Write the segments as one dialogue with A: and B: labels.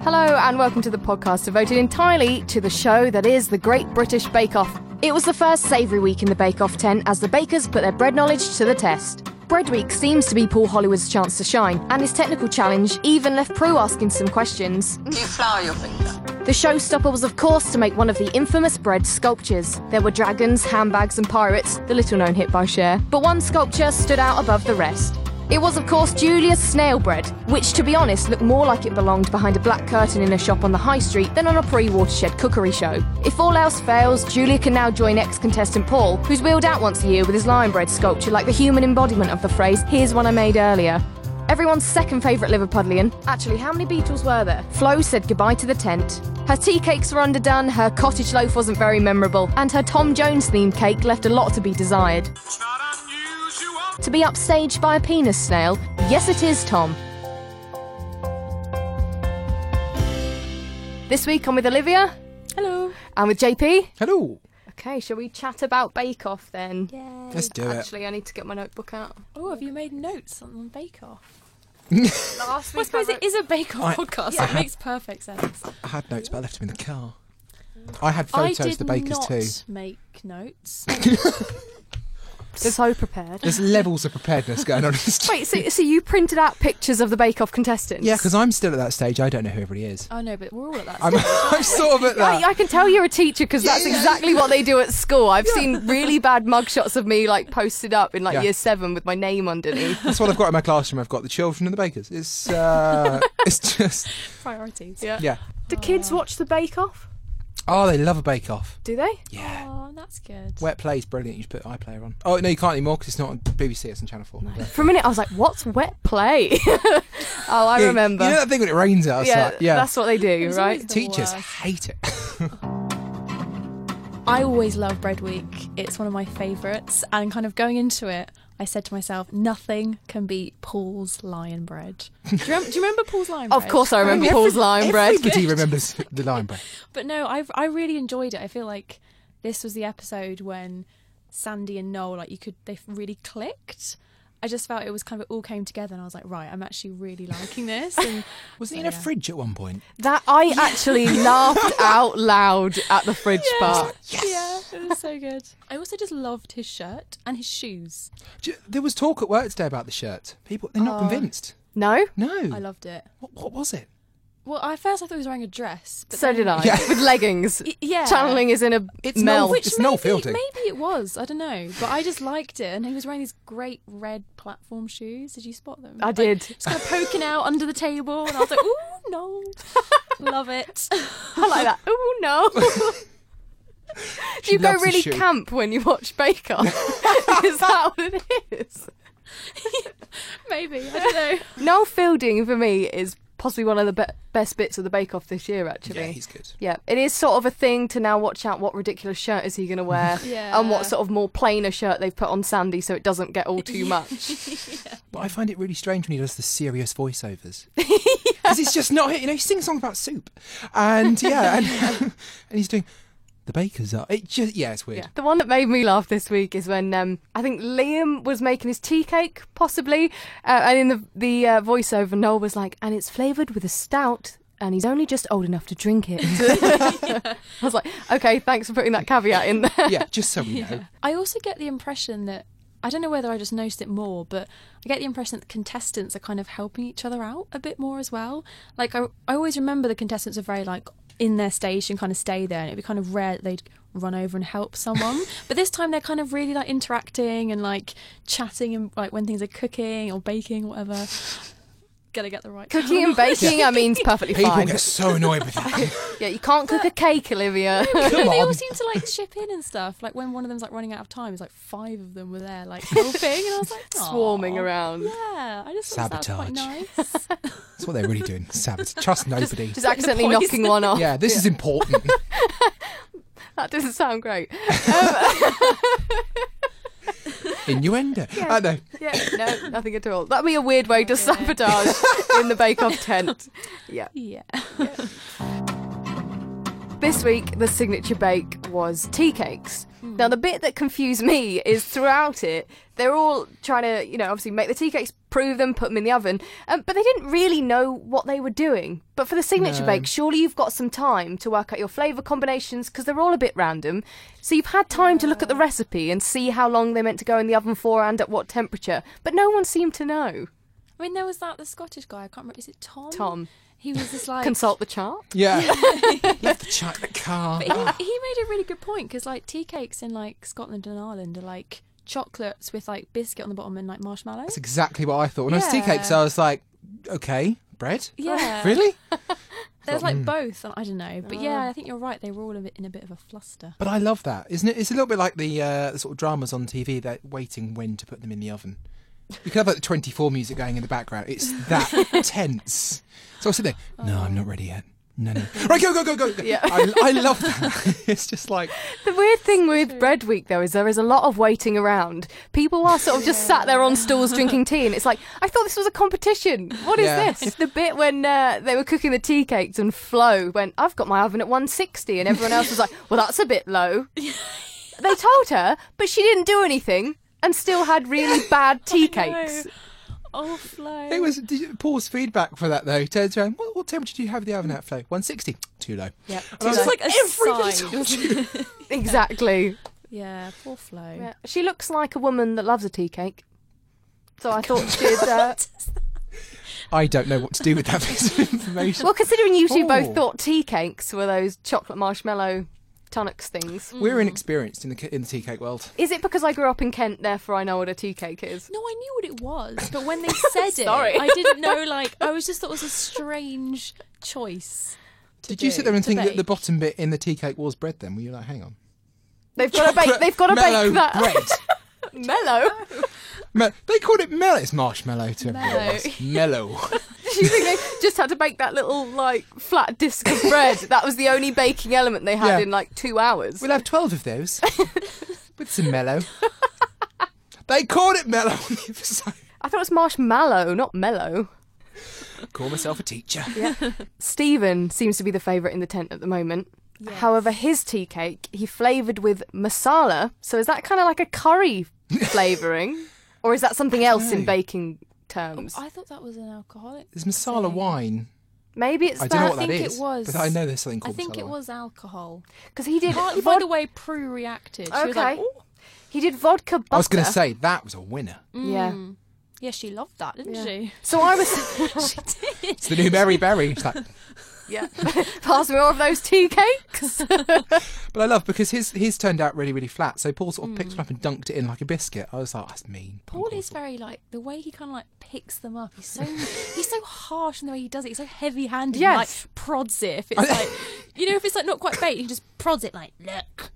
A: Hello, and welcome to the podcast devoted entirely to the show that is the Great British Bake Off. It was the first savoury week in the Bake Off tent as the bakers put their bread knowledge to the test. Bread Week seems to be Paul Hollywood's chance to shine, and his technical challenge even left Prue asking some questions.
B: Do you flour your finger?
A: The showstopper was, of course, to make one of the infamous bread sculptures. There were dragons, handbags, and pirates, the little known hit by Cher, but one sculpture stood out above the rest. It was, of course, Julia's snail bread, which, to be honest, looked more like it belonged behind a black curtain in a shop on the high street than on a pre watershed cookery show. If all else fails, Julia can now join ex contestant Paul, who's wheeled out once a year with his lion bread sculpture like the human embodiment of the phrase, here's one I made earlier. Everyone's second favourite Liverpudlian. Actually, how many Beatles were there? Flo said goodbye to the tent. Her tea cakes were underdone, her cottage loaf wasn't very memorable, and her Tom Jones themed cake left a lot to be desired. To be upstaged by a penis snail? Yes, it is, Tom. This week I'm with Olivia. Hello. And with JP.
C: Hello.
A: Okay, shall we chat about Bake Off then?
C: Let's do it.
A: Actually, I need to get my notebook out.
D: Oh, have you made notes on Bake Off?
A: Last week
D: I suppose it
A: wrote-
D: is a Bake Off
C: I-
D: podcast. so it makes perfect sense.
C: I had notes, but I left them in the car. I had
D: I
C: photos
D: did
C: of the bakers
D: not
C: too.
D: make notes.
A: so prepared.
C: There's levels of preparedness going on. in this
A: Wait, so, so you printed out pictures of the Bake Off contestants?
C: yeah, because I'm still at that stage. I don't know who everybody is.
D: I know, but we're all at that.
C: I'm,
D: stage.
C: I'm sort of at
A: I,
C: that.
A: I can tell you're a teacher because that's exactly what they do at school. I've seen really bad mugshots of me like posted up in like
C: Yeah.
A: year seven with my name underneath.
C: That's what I've got in my classroom. I've got the children and the bakers. It's uh, it's just
D: Priorities.
A: Yeah.
C: yeah.
A: Do kids watch the Bake Off?
C: Oh, they love a bake off.
A: Do they?
C: Yeah.
D: Oh, that's good.
C: Wet Play's brilliant. You should put iPlayer on. Oh no, you can't anymore because it's not on BBC. It's on Channel Four. Yeah.
A: For a minute, I was like, "What's wet play?" oh, I
C: You-
A: remember.
C: You know that thing when it rains out?
A: yeah,
C: Yeah. Like, yeah.
A: that's what they do,
D: was
A: right?
D: always the
C: Teachers
D: worst.
C: hate it.
D: I always love Bread Week. It's one of my favourites. And kind of going into it, I said to myself, nothing can beat Paul's lion bread. Do you, rem- do you remember Paul's lion bread?
A: Of course, I remember Paul's lime bread.
C: Everybody remembers the lime bread.
D: But no, I I really enjoyed it. I feel like this was the episode when Sandy and Noel like you could they really clicked. I just felt it was kind of it all came together, and I was like, right, I'm actually really liking this. And
C: Was he in a
D: yeah.
C: fridge at one point?
A: That I actually laughed out loud at the fridge part.
D: yeah, it was so good. I also just loved his shirt and his shoes.
C: Do you- There was talk at work today about the shirt. People, they're not convinced.
A: No,
C: No.
D: I loved it.
C: what, what was it?
D: Well, at first I thought he was wearing a dress. But
A: so
D: then-
A: did I
C: Yeah.
A: with leggings.
D: Y- yeah.
A: channeling is in a
C: It's
A: mel.
C: not-
D: Which
C: It's
D: maybe,
C: Noel Fielding.
D: Maybe it was. I don't know. But I just liked it, and he was wearing these great red platform shoes. Did you spot them?
A: I
D: Like,
A: did.
D: Just kind of poking out under the table, and I was like, "Ooh, no, love it."
A: I like that. Oh no. Do
C: She
A: you go
C: loves the
A: really
C: shoe.
A: camp when you watch Bake Off? is that what it is?
D: maybe I don't know.
A: Noel Fielding for me is possibly one of the be- best bits of the Bake Off this year, actually.
C: Yeah, he's good.
A: Yeah, it is sort of a thing to now watch out what ridiculous shirt is he going to wear
D: Yeah.
A: and what sort of more plainer shirt they've put on Sandy so it doesn't get all too much.
C: But I find it really strange when he does the serious voiceovers because it's just not. You know, he sings a song about soup, and yeah, and, and he's doing the bakers are. It just yeah, it's weird.
A: The one that made me laugh this week is when um, I think Liam was making his tea cake, possibly, uh, and in the the uh, voiceover, Noel was like, "And it's flavored with a stout." And he's only just old enough to drink it. I was like, okay, thanks for putting that caveat in there.
C: Yeah, just so we know.
D: I also get the impression that I don't know whether I just noticed it more, but I get the impression that the contestants are kind of helping each other out a bit more as well. Like I, I always remember the contestants are very like in their station, kind of stay there, and it'd be kind of rare that they'd run over and help someone. but this time they're kind of really like interacting and like chatting and like when things are cooking or baking, whatever. Gotta get the right
A: Cooking and baking, I mean, is perfectly
C: People
A: fine.
C: get so annoyed with that.
A: Yeah, you can't cook a cake, Olivia.
C: Come
D: they all
C: on.
D: seem to like chip in and stuff. Like when one of them's like running out of time, it's like five of them were there like helping, and I was like
A: Swarming
D: "Aw."
A: around.
D: Yeah, I just thought that was quite
C: Sabotage.
D: nice.
C: That's what they're really doing. Savage. Trust nobody.
A: Just accidentally
D: poison.
A: knocking one off.
C: yeah, this is important.
A: That doesn't sound great.
C: Innuendo. I know.
A: Yeah, no, nothing at all. That'd be a weird way to sabotage in the Bake Off tent. Yeah.
D: yeah.
A: This week, the signature bake was tea cakes. Now, the bit that confused me is throughout it, they're all trying to, you know, obviously make the tea cakes prove them, put them in the oven. Um, but they didn't really know what they were doing. But for the signature
C: No.
A: bake, surely you've got some time to work out your flavour combinations because they're all a bit random. So you've had time to look at the recipe and see how long they meant to go in the oven for and at what temperature. But no one seemed to know.
D: I mean, there was that the Scottish guy. I can't remember. Is it Tom?
A: Tom.
D: He was just like
A: Consult the chart.
C: Yeah. Left the chat in the car.
D: But he, he made a really good point because like tea cakes in like Scotland and Ireland are like chocolates with like biscuit on the bottom and like marshmallow.
C: That's exactly what I thought. When I was tea
D: Yeah.
C: cakes, I was like, okay, bread?
D: yeah,
C: Really?
D: There's like both. and I don't know, but yeah, I think you're right. They were all a bit in a bit of a fluster.
C: But I love that, isn't it? It's a little bit like the uh, the sort of dramas on TV that waiting when to put them in the oven. You could have like the 24 music going in the background. It's that tense. So I'll sit there. No, I'm not ready yet. No, no. Right, go, go, go, go. go.
A: Yeah.
C: I, I love that. it's just like,
A: The weird thing with Bread Week, though, is there is a lot of waiting around. People are sort of just sat there on stools drinking tea, and it's like, I thought this was a competition. What is
C: Yeah.
A: this? The bit when uh, they were cooking the tea cakes and Flo went, I've got my oven at 160, and everyone else was like, Well, that's a bit low. they told her, but she didn't do anything and still had really bad tea cakes.
D: Oh, Flo.
C: it was did you- Paul's feedback for that, though. Turns around, what, what temperature do you have the oven at, Flo? 160. Too low.
D: Yeah,
C: I was
D: just
C: like,
D: like, a
C: everybody
D: sign.
C: told
D: wasn't it?
A: Exactly.
D: yeah, poor Flo.
A: Yeah. She looks like a woman that loves a tea cake. So I thought she'd. Uh,
C: I don't know what to do with that piece of information.
A: Well, considering you two
C: Ooh.
A: both thought tea cakes were those chocolate marshmallow tonics things,
C: We're
D: Mm.
C: inexperienced in the, ca- in the tea cake world.
A: is it because I grew up in Kent, therefore I know what a tea cake is?
D: No, I knew what it was, but when they said it,
A: Sorry.
D: I didn't know. Like, I was just thought it was a strange choice. to
C: Did you
D: do,
C: sit there and
D: to
C: think that
D: bake.
C: the bottom bit in the tea cake was bread then? Were you like, hang on?
A: They've got to bake. They've got to
C: mellow
A: bake that
C: bread.
A: mellow.
C: Me- they called it mellow. It's marshmallow to everyone
D: Mellow.
C: else. Mellow.
A: Do you think they just had to bake that little like flat disc of bread? That was the only baking element they had
C: Yeah.
A: in like two hours.
C: we'll have 12 of those with some mellow. they called it mellow on the other side.
A: I thought it was marshmallow, not mellow.
C: Call myself a teacher.
A: Stephen seems to be the favourite in the tent at the moment.
D: Yes.
A: However, his tea cake he flavoured with masala. So is that kind of like a curry flavouring, or is that something else in
C: know. Oh,
A: baking terms?
D: Oh, I thought that was an alcoholic.
C: There's masala wine.
A: Maybe it's
C: I don't know
A: that
C: what that
D: think
C: is,
D: it was-
C: But I know there's something
D: I
C: called
D: think
C: masala
D: it
C: wine.
D: was alcohol.
A: because he did
D: Partly by
A: vod-
D: the way Prue reacted. She was
A: Okay.
D: like, "Ooh."
A: he did vodka butter.
C: I was going to say, that was a winner.
A: yeah.
D: "Hmm." yeah, she loved that, didn't
A: Yeah.
D: she?
A: So I was
C: It's the new Mary Berry. It's like,
A: yeah. Pass me more of those tea cakes.
C: But I love because his his turned out really really flat. So Paul sort of picked one up and dunked it in like a biscuit. I was like, that's mean.
D: Hmm. Paul is very like the way he kind of like picks them up. He's so he's so harsh in the way he does it. He's so heavy-handed. and,
A: Yes.
D: like prods it. If it's like you know, if it's like not quite baked, he just prods it. Like look,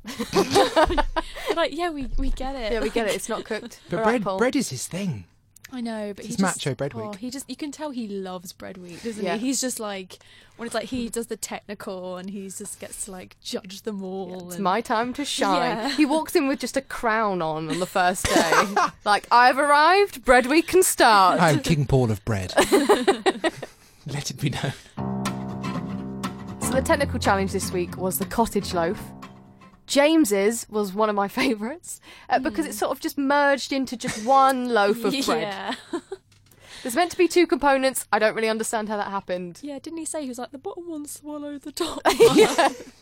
D: like yeah, we we get it.
A: yeah, we get it. It's not cooked.
C: But
A: All right,
C: bread
A: Paul.
C: bread is his thing.
D: I know, but
C: It's
D: he just,
C: Macho Bread
D: oh,
C: Week.
D: He just you can tell he loves bread week, doesn't
A: Yeah.
D: he? He's just like when it's like he does the technical and he just gets to like judge them all.
A: It's
D: and-
A: my time to shine.
D: Yeah.
A: He walks in with just a crown on on the first day. like, I've arrived, bread week can start.
C: I am King Paul of bread. Let it be known.
A: So the technical challenge this week was the cottage loaf. James's was one of my favourites uh, because it sort of just merged into just one loaf of bread.
D: Hmm. Yeah.
A: There's meant to be two components. I don't really understand how that happened.
D: Yeah, didn't he say he was like the bottom one swallow the top? one."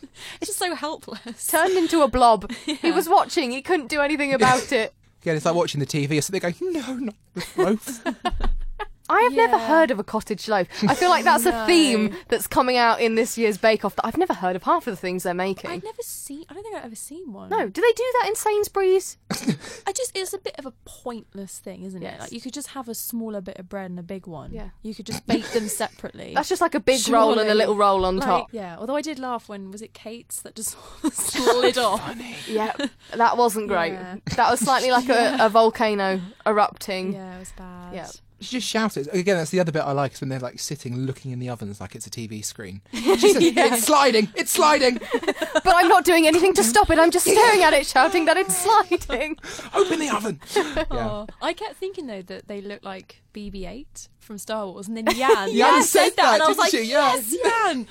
D: It's just so helpless.
A: Turned into a blob. He was watching. He couldn't do anything about it.
C: Again, it's like watching the TV. So they go, no, not the loaf.
A: I have never
D: Yeah.
A: heard of a cottage loaf. I feel like that's a
D: No.
A: theme that's coming out in this year's Bake Off that I've never heard of half of the things they're making.
D: I've never seen. I don't think I've ever seen one.
A: No, do they do that in Sainsbury's?
D: I just it's a bit of a pointless thing, isn't it?
A: Yes.
D: Like you could just have a smaller bit of bread and a big one.
A: Yeah.
D: you could just bake them separately.
A: That's just like a big roll and a
D: Surely.
A: little roll on
D: Like,
A: top.
D: Yeah, although I did laugh when was it Kate's that just slid off.
A: Yeah, that wasn't great.
D: Yeah.
A: That was slightly like a, a volcano erupting.
D: Yeah, it was bad.
A: Yeah.
C: she just shouted. Again, that's the other bit I like is when they're like sitting looking in the ovens like it's a TV screen. She says, it's sliding, it's sliding.
A: But I'm not doing anything to stop it. I'm just staring at it, shouting that it's sliding.
C: Open the oven. Yeah.
D: Oh, I kept thinking though that they looked like BB-8 from Star Wars, and then Yan.
C: Yan said that,
D: and I was
C: didn't
D: like,
C: she? Yeah.
D: yes, Yan.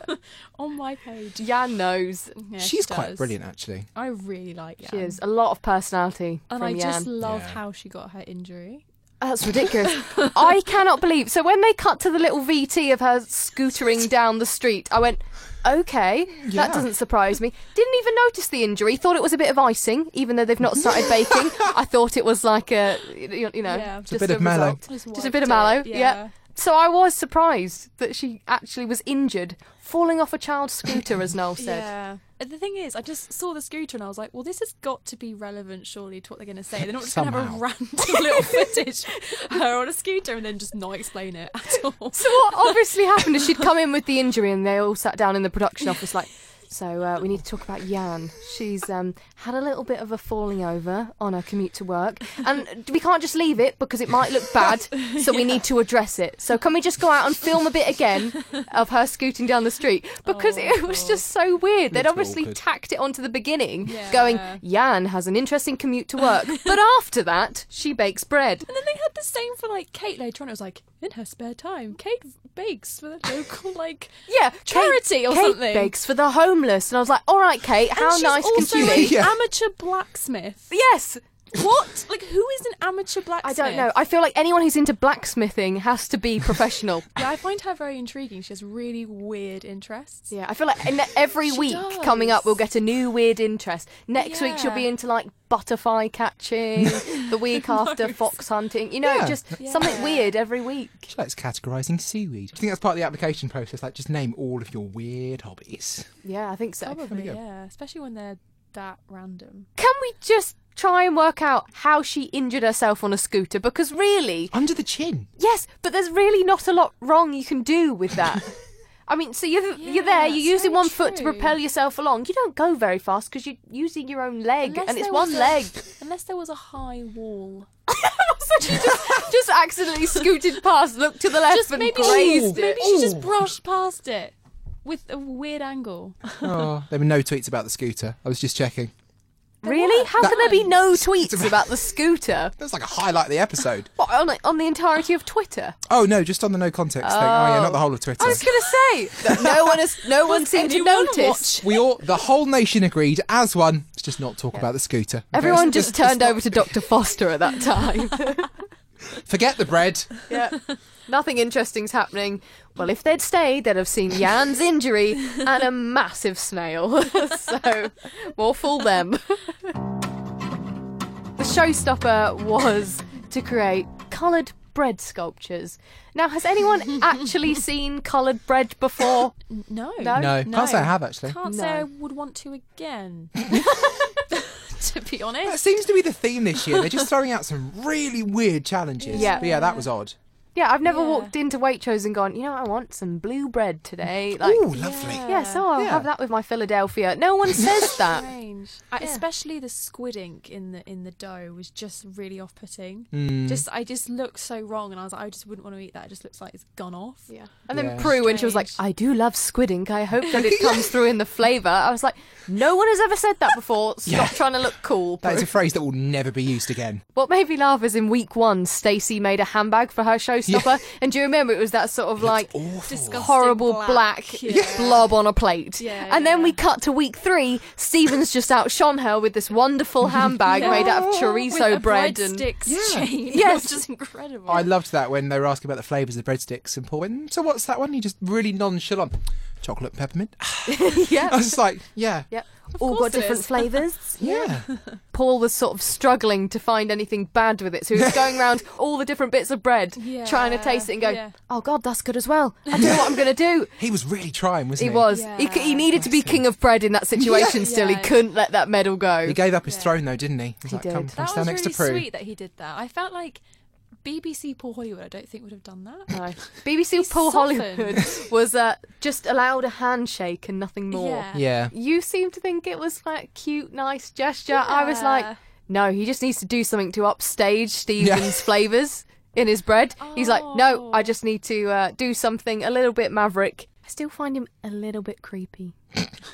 D: On my page.
A: Jan knows.
D: Yeah,
C: She's
D: she
C: quite
D: does.
C: brilliant, actually.
D: I really like Yan.
A: She is a lot of personality
D: And
A: from
D: I just
A: Jan.
D: love
C: Yeah.
D: how she got her injury.
A: That's ridiculous. I cannot believe. So when they cut to the little VT of her scootering down the street, I went, okay,
C: Yeah.
A: that doesn't surprise me. Didn't even notice the injury. Thought it was a bit of icing, even though they've not started baking. I thought it was like a, you you know,
D: Yeah. It's
C: a
A: just
C: bit of mallow.
A: result.
D: Just
A: Just, a
D: wiped
A: bit of
D: it,
A: mallow.
D: yeah.
A: Yeah. So I was surprised that she actually was injured, falling off a child's scooter, as Noel said.
D: Yeah. And The thing is, I just saw the scooter and I was like, well, this has got to be relevant, surely, to what they're going to say. They're not just going to have a
C: Somehow.
D: random little footage of her on a scooter and then just not explain it at all.
A: So what obviously happened is she'd come in with the injury, and they all sat down in the production office like. So uh, we need to talk about Yan. She's um, had a little bit of a falling over on her commute to work, and we can't just leave it because it might look bad. So we need to address it. So can we just go out and film a bit again of her scooting down the street? Because
D: Oh,
A: it was
D: God.
A: just so weird. They'd
C: Looks
A: obviously
C: awkward.
A: tacked it onto the beginning,
D: Yeah.
A: going Yan has an interesting commute to work, but after that she bakes bread.
D: And then they had the same for like Kate later on. It was like, in her spare time, Kate bakes for the local, like.
A: Yeah,
D: charity
A: Kate,
D: or
A: Kate
D: something.
A: bakes for the homeless, and I was like, "All right, Kate,
D: And
A: how
D: she's
A: nice
D: also
A: can you
D: an
A: be?"
C: Yeah.
D: amateur blacksmith.
A: Yes,
D: What? Like, who is an amateur
A: I
D: blacksmith?
A: don't know. I feel like anyone who's into blacksmithing has to be professional.
D: Yeah, I find her very intriguing. She has really weird interests.
A: yeah, I feel like in every
D: She
A: week
D: does.
A: coming up, we'll get a new weird interest. Next week, she'll be
D: Yeah.
A: into like butterfly catching. the week after, fox hunting. You know,
C: Yeah.
A: just something
D: Yeah.
A: weird every week.
C: She likes categorising seaweed. Do you think that's part of the application process? Like, just name all of your weird hobbies.
A: Yeah, I think so.
D: Probably,
C: go.
D: yeah. Especially when they're that random.
A: Can we just try and work out how she injured herself on a scooter? Because really,
C: Under the chin.
A: Yes, but there's really not a lot wrong you can do with that. I mean, so you're you're there.
D: Yeah,
A: You're
D: it's
A: using
D: very
A: one foot to
D: true.
A: propel yourself along. You don't go very fast because you're using your own leg,
D: Unless
A: and it's
D: there
A: one
D: was a-
A: leg.
D: Unless there was a high wall.
A: so she just just accidentally scooted past, looked to the left,
D: Just
A: and
D: maybe she,
A: grazed
C: Ooh.
A: it.
D: maybe she
C: Ooh.
D: just brushed past it with a weird angle.
C: Oh, there were no tweets about the scooter. I was just checking.
A: Really? How can there be no tweets
C: It's a-
A: about the scooter?
C: That was like a highlight of the episode.
A: What, on, on the entirety of Twitter?
C: Oh no, just on the no context thing. Oh yeah, not the whole of Twitter.
A: I was going to say that no one has, no one seemed to
D: anyone
A: notice.
C: We all, the whole nation agreed as one. Let's just not talk about the scooter. Okay,
A: Everyone
C: let's-
A: just
C: let's-
A: turned
C: let's
A: over to Dr. Foster at that time.
C: not- Forget the bread.
A: Yeah. Nothing interesting's happening. Well, if they'd stayed, they'd have seen Jan's injury and a massive snail. so, more fool them. the showstopper was to create coloured bread sculptures. Now, has anyone actually seen coloured bread before?
D: No.
A: No?
C: No,
D: No.
C: can't say I have actually.
D: Can't say
A: No.
D: I would want to again. to be
C: That
D: honest.
C: seems to be the theme this year. They're just throwing out some really weird challenges.
A: Yeah.
C: But yeah, that was odd.
A: Yeah, I've never
D: Yeah.
A: walked into Waitrose and gone, you know, what, I want some blue bread today. Like,
C: Ooh, lovely.
A: yeah, so I'll
C: Yeah.
A: have that with my Philadelphia. No one says that.
D: Strange. I- Especially the squid ink in the in the dough was just really off putting.
C: Hmm.
D: Just I just looked so wrong and I was like, I just wouldn't want to eat that. It just looks like it's gone off.
A: Yeah. And then
C: Yeah.
A: Prue, when she was like, I do love squid ink. I hope that it comes through in the flavour. I was like, no one has ever said that before. Stop
C: Yeah.
A: trying to look cool.
C: That is
A: Prue."
C: a phrase that will never be used again.
A: What made me laugh is in week one, Stacey made a handbag for her showstopper. And do you remember it was that sort of like
C: Awful.
D: Disgusting
A: horrible
D: black,
A: black,
D: yeah.
A: blob on a plate?
D: Yeah,
A: and then
D: yeah.
A: we cut to week three. Stephen's just outshone her with this wonderful handbag made out of
D: With
A: chorizo
D: a
A: bread. and
D: breadsticks
C: Yeah.
D: chain. It
A: Yes.
D: was just incredible.
C: I loved that when they were asking about the flavours of breadsticks and Paul went, so what's that one? He just really nonchalant. Chocolate and peppermint. I
A: Yeah.
C: was just like, yeah.
A: Yep. All
D: course
A: got
D: it is.
A: different flavours.
C: Yeah.
A: Paul was sort of struggling to find anything bad with it, so he was going around all the different bits of bread,
D: Yeah,
A: trying to taste it and go,
D: yeah.
A: "Oh God, that's good as well." I don't know what I'm going to do.
C: He was really trying, wasn't
A: He
C: he?
A: was. He He, he
D: Yeah.
A: needed to be king of bread in that situation.
D: Yeah.
A: Still, he
D: Yeah.
A: couldn't let that medal go.
C: He gave up his
D: Yeah.
C: throne though, didn't he? was
A: He
C: like, Come,
A: did.
C: come
D: that was
C: stand
D: really
C: next to Prue.
D: sweet that he did that. I felt like BBC Paul Hollywood. I don't think would have done that.
A: No. BBC Paul
D: softened.
A: Hollywood was uh, just allowed a handshake and nothing more.
D: Yeah.
C: Yeah.
A: You seem to think it was like a cute, nice gesture. I was
D: Yeah.
A: like, no, he just needs to do something to upstage Stephen's
C: Yeah.
A: flavours in his bread. He's like, no,
D: Oh.
A: I just need to uh, do something a little bit maverick. I still find him a little bit creepy.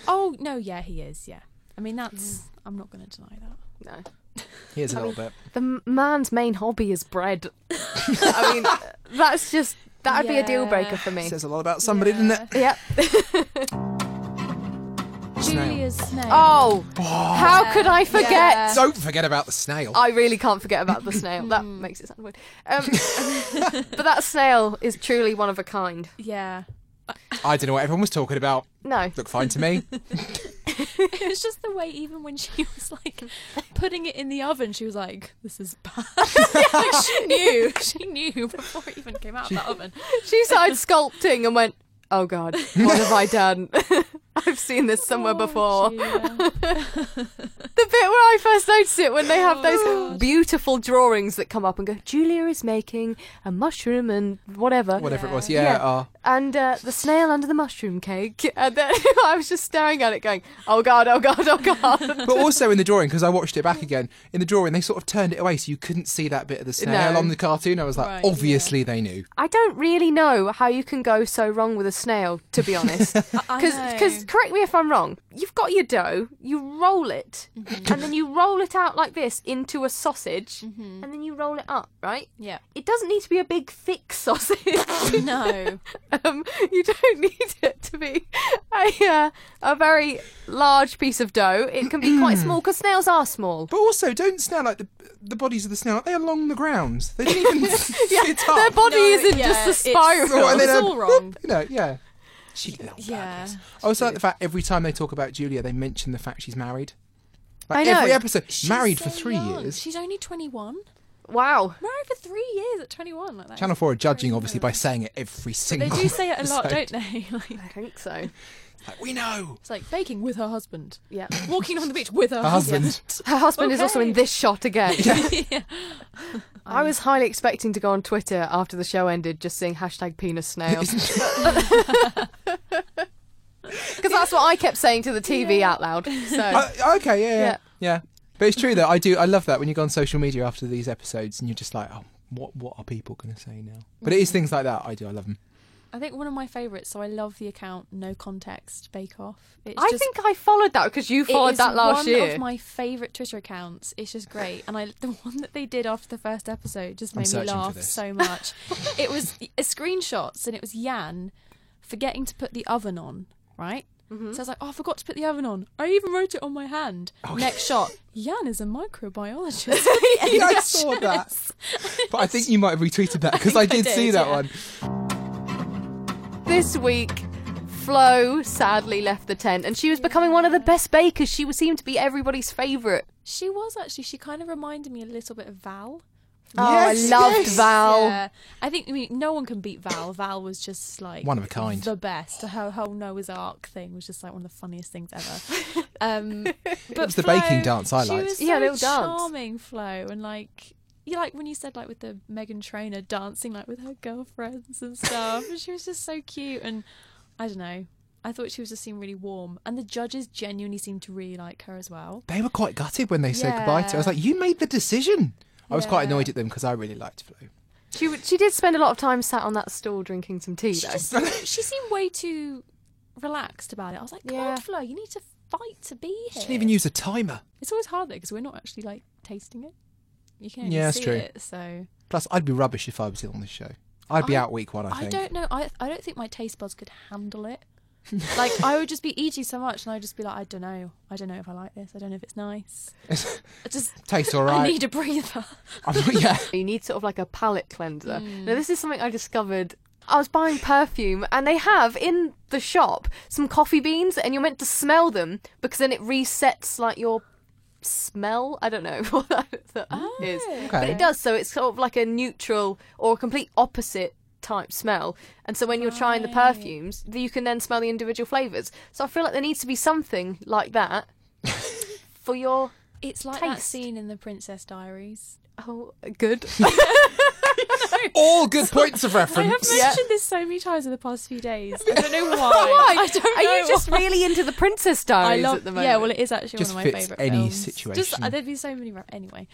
D: Oh no, yeah, he is. Yeah, I mean that's. I'm not going to deny that.
A: No.
C: Here's a little bit.
A: The m- man's main hobby is bread. I mean, that's just, that would be a deal breaker for me.
C: Says a lot about somebody,
D: Yeah.
C: doesn't it?
A: Yep.
C: Snail.
D: Julia's snail.
A: Oh, how could I forget?
D: Yeah.
C: Don't forget about the snail.
A: uh, I really can't forget about the snail. That makes it sound weird. Um, but that snail is truly one of a kind.
D: Yeah.
C: I don't know what everyone was talking about.
A: No.
C: Looked fine to me.
D: It was just the way, even when she was like putting it in the oven, she was like, "This is bad." Like, she knew, she knew before it even came out of that oven.
A: She started sculpting and went, oh God, what have I done? I've seen this somewhere before.
D: Oh, Julia.
A: The bit where I first noticed it when they have those
D: Oh, God.
A: beautiful drawings that come up and go, Julia is making a mushroom and whatever.
C: Whatever it was.
A: Yeah.
C: Yeah.
A: Yeah.
C: uh,
A: And uh, the snail under the mushroom cake. And then I was just staring at it going, oh God, oh God, oh God.
C: but also in the drawing, because I watched it back again, in the drawing, they sort of turned it away so you couldn't see that bit of the snail
A: No.
C: on the cartoon. I was like,
D: Right, yeah.
C: obviously they knew.
A: I don't really know how you can go so wrong with a snail, to be honest.
D: I know.
A: Because, correct me if I'm wrong, you've got your dough, you roll it,
D: Mm-hmm.
A: and then you roll it out like this into a sausage,
D: Mm-hmm.
A: and then you roll it up, right?
D: yeah,
A: It doesn't need to be a big, thick sausage.
D: no,
A: um, you don't need it to be a, uh, a very large piece of dough. It can be quite small, because snails are small.
C: But also, don't snail like the, the bodies of the snail. They're along the ground. They didn't even sit up.
A: Their body
D: No,
A: isn't
D: yeah,
A: just a
D: it's-
A: spiral.
C: Oh, and
D: It's
C: then,
D: all
C: uh,
D: wrong.
C: You know, yeah. She did not
D: yeah.
C: I also like the fact every time they talk about Julia, they mention the fact she's married. Like
A: I know.
C: every episode, married
D: She's
C: for
D: so
C: three
D: young.
C: years.
D: She's only twenty-one.
A: Wow.
D: Married for three years at twenty-one. Like that.
C: Channel Four are judging obviously by saying it every
D: They
C: single.
D: do say it a lot,
C: episode.
D: don't they? Like,
A: I think so.
C: Like, we know
D: it's like baking with her husband,
A: Yeah.
D: walking on the beach with her,
C: her husband.
A: Her husband is also
D: Okay.
A: in this shot again.
D: Yeah.
A: I was highly expecting to go on Twitter after the show ended just seeing hashtag penis snail. Because that's what I kept saying to the TV out loud. So
C: Uh, okay, yeah, yeah,
A: Yeah.
C: yeah, But it's true though. I do. I love that when you go on social media after these episodes and you're just like, oh, what what are people going to say now? But
D: Mm.
C: it is things like that. I do. I love them.
D: I think one of my favourites. So I love the account No Context Bake Off. It's
A: I
D: just
A: think I followed that because you
D: It
A: followed
D: is
A: that last
D: one
A: year.
D: of my favourite Twitter accounts. It's just great, and I the one that they did after the first episode just
C: I'm
D: made me
C: searching for
D: laugh
C: this.
D: so much. it was a screenshots, and it was Yan forgetting to put the oven on. Right.
A: Mm-hmm.
D: So I was like, oh, I forgot to put the oven on. I even wrote it on my hand.
C: Oh.
D: Next shot, Yan is a microbiologist.
C: Yeah, I saw that. But I think you might have retweeted that because I,
D: think I
C: did see
D: did,
C: that
D: yeah.
C: one.
A: This week, Flo sadly left the tent and she was becoming one of the best bakers. She was- seemed to be everybody's favourite.
D: she was actually. She kind of reminded me a little bit of Val.
A: Oh,
C: Yes,
A: I loved
C: yes.
A: Val.
D: Yeah. I think I mean, no one can beat Val. Val was just like
C: One of a kind.
D: The best. Her whole Noah's Ark thing was just like one of the funniest things ever. Um, but it
C: was the baking dance I
D: She
C: liked.
D: was
A: Yeah,
D: so
A: little dance.
D: charming, Flo, and like you like when you said like with the Megan Trainer dancing like with her girlfriends and stuff. and she was just so cute, and I don't know. I thought she was just seemed really warm, and the judges genuinely seemed to really like her as well.
C: They were quite gutted when they said goodbye to. her. I was
D: Yeah.
C: like, you made the decision. I was quite
D: Yeah.
C: annoyed at them because I really liked Flo.
A: She, w- she did spend a lot of time sat on that stool drinking some tea,
D: she
A: though.
D: just seemed- she seemed way too relaxed about it. I was like, "Come
A: Yeah.
D: on, Flo, you need to fight to be here."
C: She didn't even use a timer.
D: it's always hard though because we're not actually like tasting it. You can only
C: Yeah, that's
D: see
C: true.
D: it, so
C: Plus, I'd be rubbish if I was on this show. I'd be
D: I-
C: out week one, I
D: I,
C: think.
D: don't know. I I don't think my taste buds could handle it. like I would just be eating so much, and I'd just be like, I don't know, I don't know if I like this. I don't know if it's nice. I just
C: Tastes all
D: I
C: right.
D: need a breather.
C: I'm not- yeah.
A: You need sort of like a palate cleanser. Now, this is something I discovered. I was buying perfume, and they have in the shop some coffee beans, and you're meant to smell them because then it resets like your smell. I don't know what that that is, but
D: Oh.
C: Okay.
A: it does. So it's sort of like a neutral or a complete opposite type smell. And so when you're trying the perfumes, th- you can then smell the individual flavors. So I feel like there needs to be something like that for your
D: It's like that
A: Taste.
D: scene in the Princess Diaries.
A: oh good.
C: All good points of
D: I have
C: reference.
D: mentioned
A: Yeah.
D: this so many times in the past few days. I don't know why. why? I don't
A: Are
D: know
A: you just
D: why.
A: really into the Princess Diaries
D: I love,
A: at the moment?
D: Yeah, well, it is actually
C: Just
D: one of my
C: fits
D: favorite
C: any
D: films. Just
C: situation.
D: uh, there'd be so many. Ra- anyway,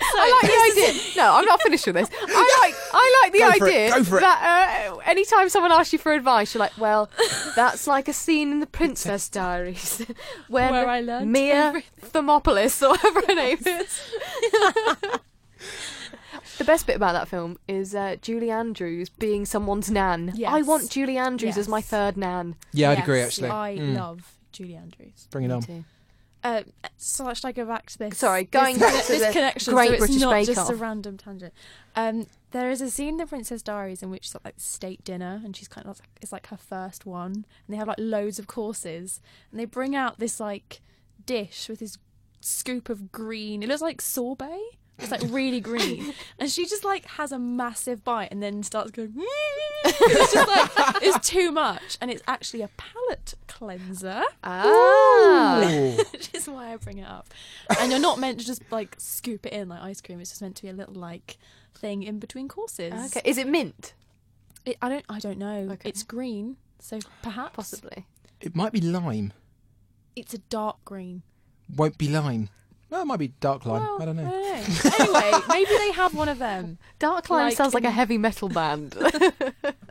A: I like the idea. No, I'm not finished with this. I like, I like
C: Go
A: the
C: for it,
A: idea
C: go for it.
A: that uh, anytime someone asks you for advice, you're like, "Well, that's like a scene in the Princess Diaries, when
D: Where I learned
A: Mia Thermopolis or whatever her name is." The best bit about that film is uh, Julie Andrews being someone's nan. I
D: Yes.
A: want Julie Andrews as my
D: Yes.
A: third nan.
C: Yeah, I'd
D: Yes,
C: agree, actually. Hmm. Mm.
D: I love Julie Andrews.
C: Bring it on.
D: Uh, so should I go back to this?
A: Sorry, going back to
D: this
A: the
D: connection.
A: Great
D: so it's
A: British
D: not
A: Bake
D: just a
A: Off.
D: random tangent. Um, there is a scene in The Princess Diaries in which it's like state dinner, and she's kind of like, it's like her first one, and they have like loads of courses, and they bring out this like dish with this scoop of green. It looks like sorbet. It's like really green, and she just like has a massive bite, and then starts going. "Mm." it's just like it's too much, and it's actually a palate cleanser
A: Ah.
C: Ooh.
D: which is why I bring it up. And you're not meant to just like scoop it in like ice cream. It's just meant to be a little like thing in between courses.
A: Okay. Is it mint?
D: It, I don't. I don't know.
A: Okay.
D: It's green, so perhaps
A: Possibly.
C: It might be lime.
D: it's a dark green.
C: Won't be lime. No, it might be dark lime. I don't know.
D: anyway, maybe they have one of them.
A: Dark Lime
D: Like
A: sounds like a
D: in-
A: heavy metal band. so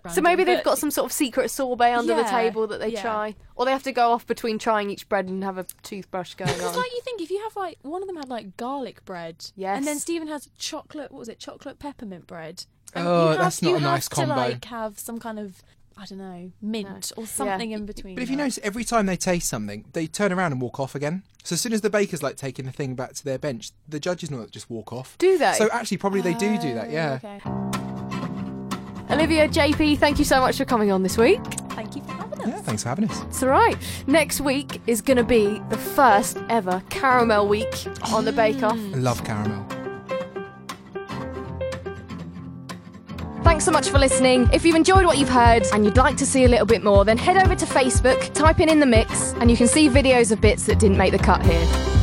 D: Random,
A: maybe they've
D: but
A: got some sort of secret sorbet under the
D: Yeah,
A: table that they
D: yeah.
A: try. Or they have to go off between trying each bread and have a toothbrush going
D: It's
A: on.
D: like you think if you have like one of them had like garlic bread,
A: Yes.
D: and then Stephen has chocolate. What was it? Chocolate peppermint bread. And
C: Oh,
D: you have,
C: that's not
D: you
C: a nice
D: have
C: combo.
D: To, like have some kind of I don't know mint or something in between.
C: But if you
D: that.
C: notice, every time they taste something, they turn around and walk off again. So as soon as the baker's like taking the thing back to their bench, the judges know that just walk off.
A: Do they?
C: So uh, actually, probably they do do that. Yeah.
D: Ah, Oh, Okay.
A: Olivia, JP, thank you so much for coming on this week.
D: Thank you for having us.
C: Yeah. Thanks for having us.
A: It's all right. Next week is going to be the first ever Caramel Week on the Bake Off.
D: Mm.
C: I love caramel.
A: Thanks so much for listening. If you've enjoyed what you've heard and you'd like to see a little bit more, then head over to Facebook, type in in the mix, and you can see videos of bits that didn't make the cut here.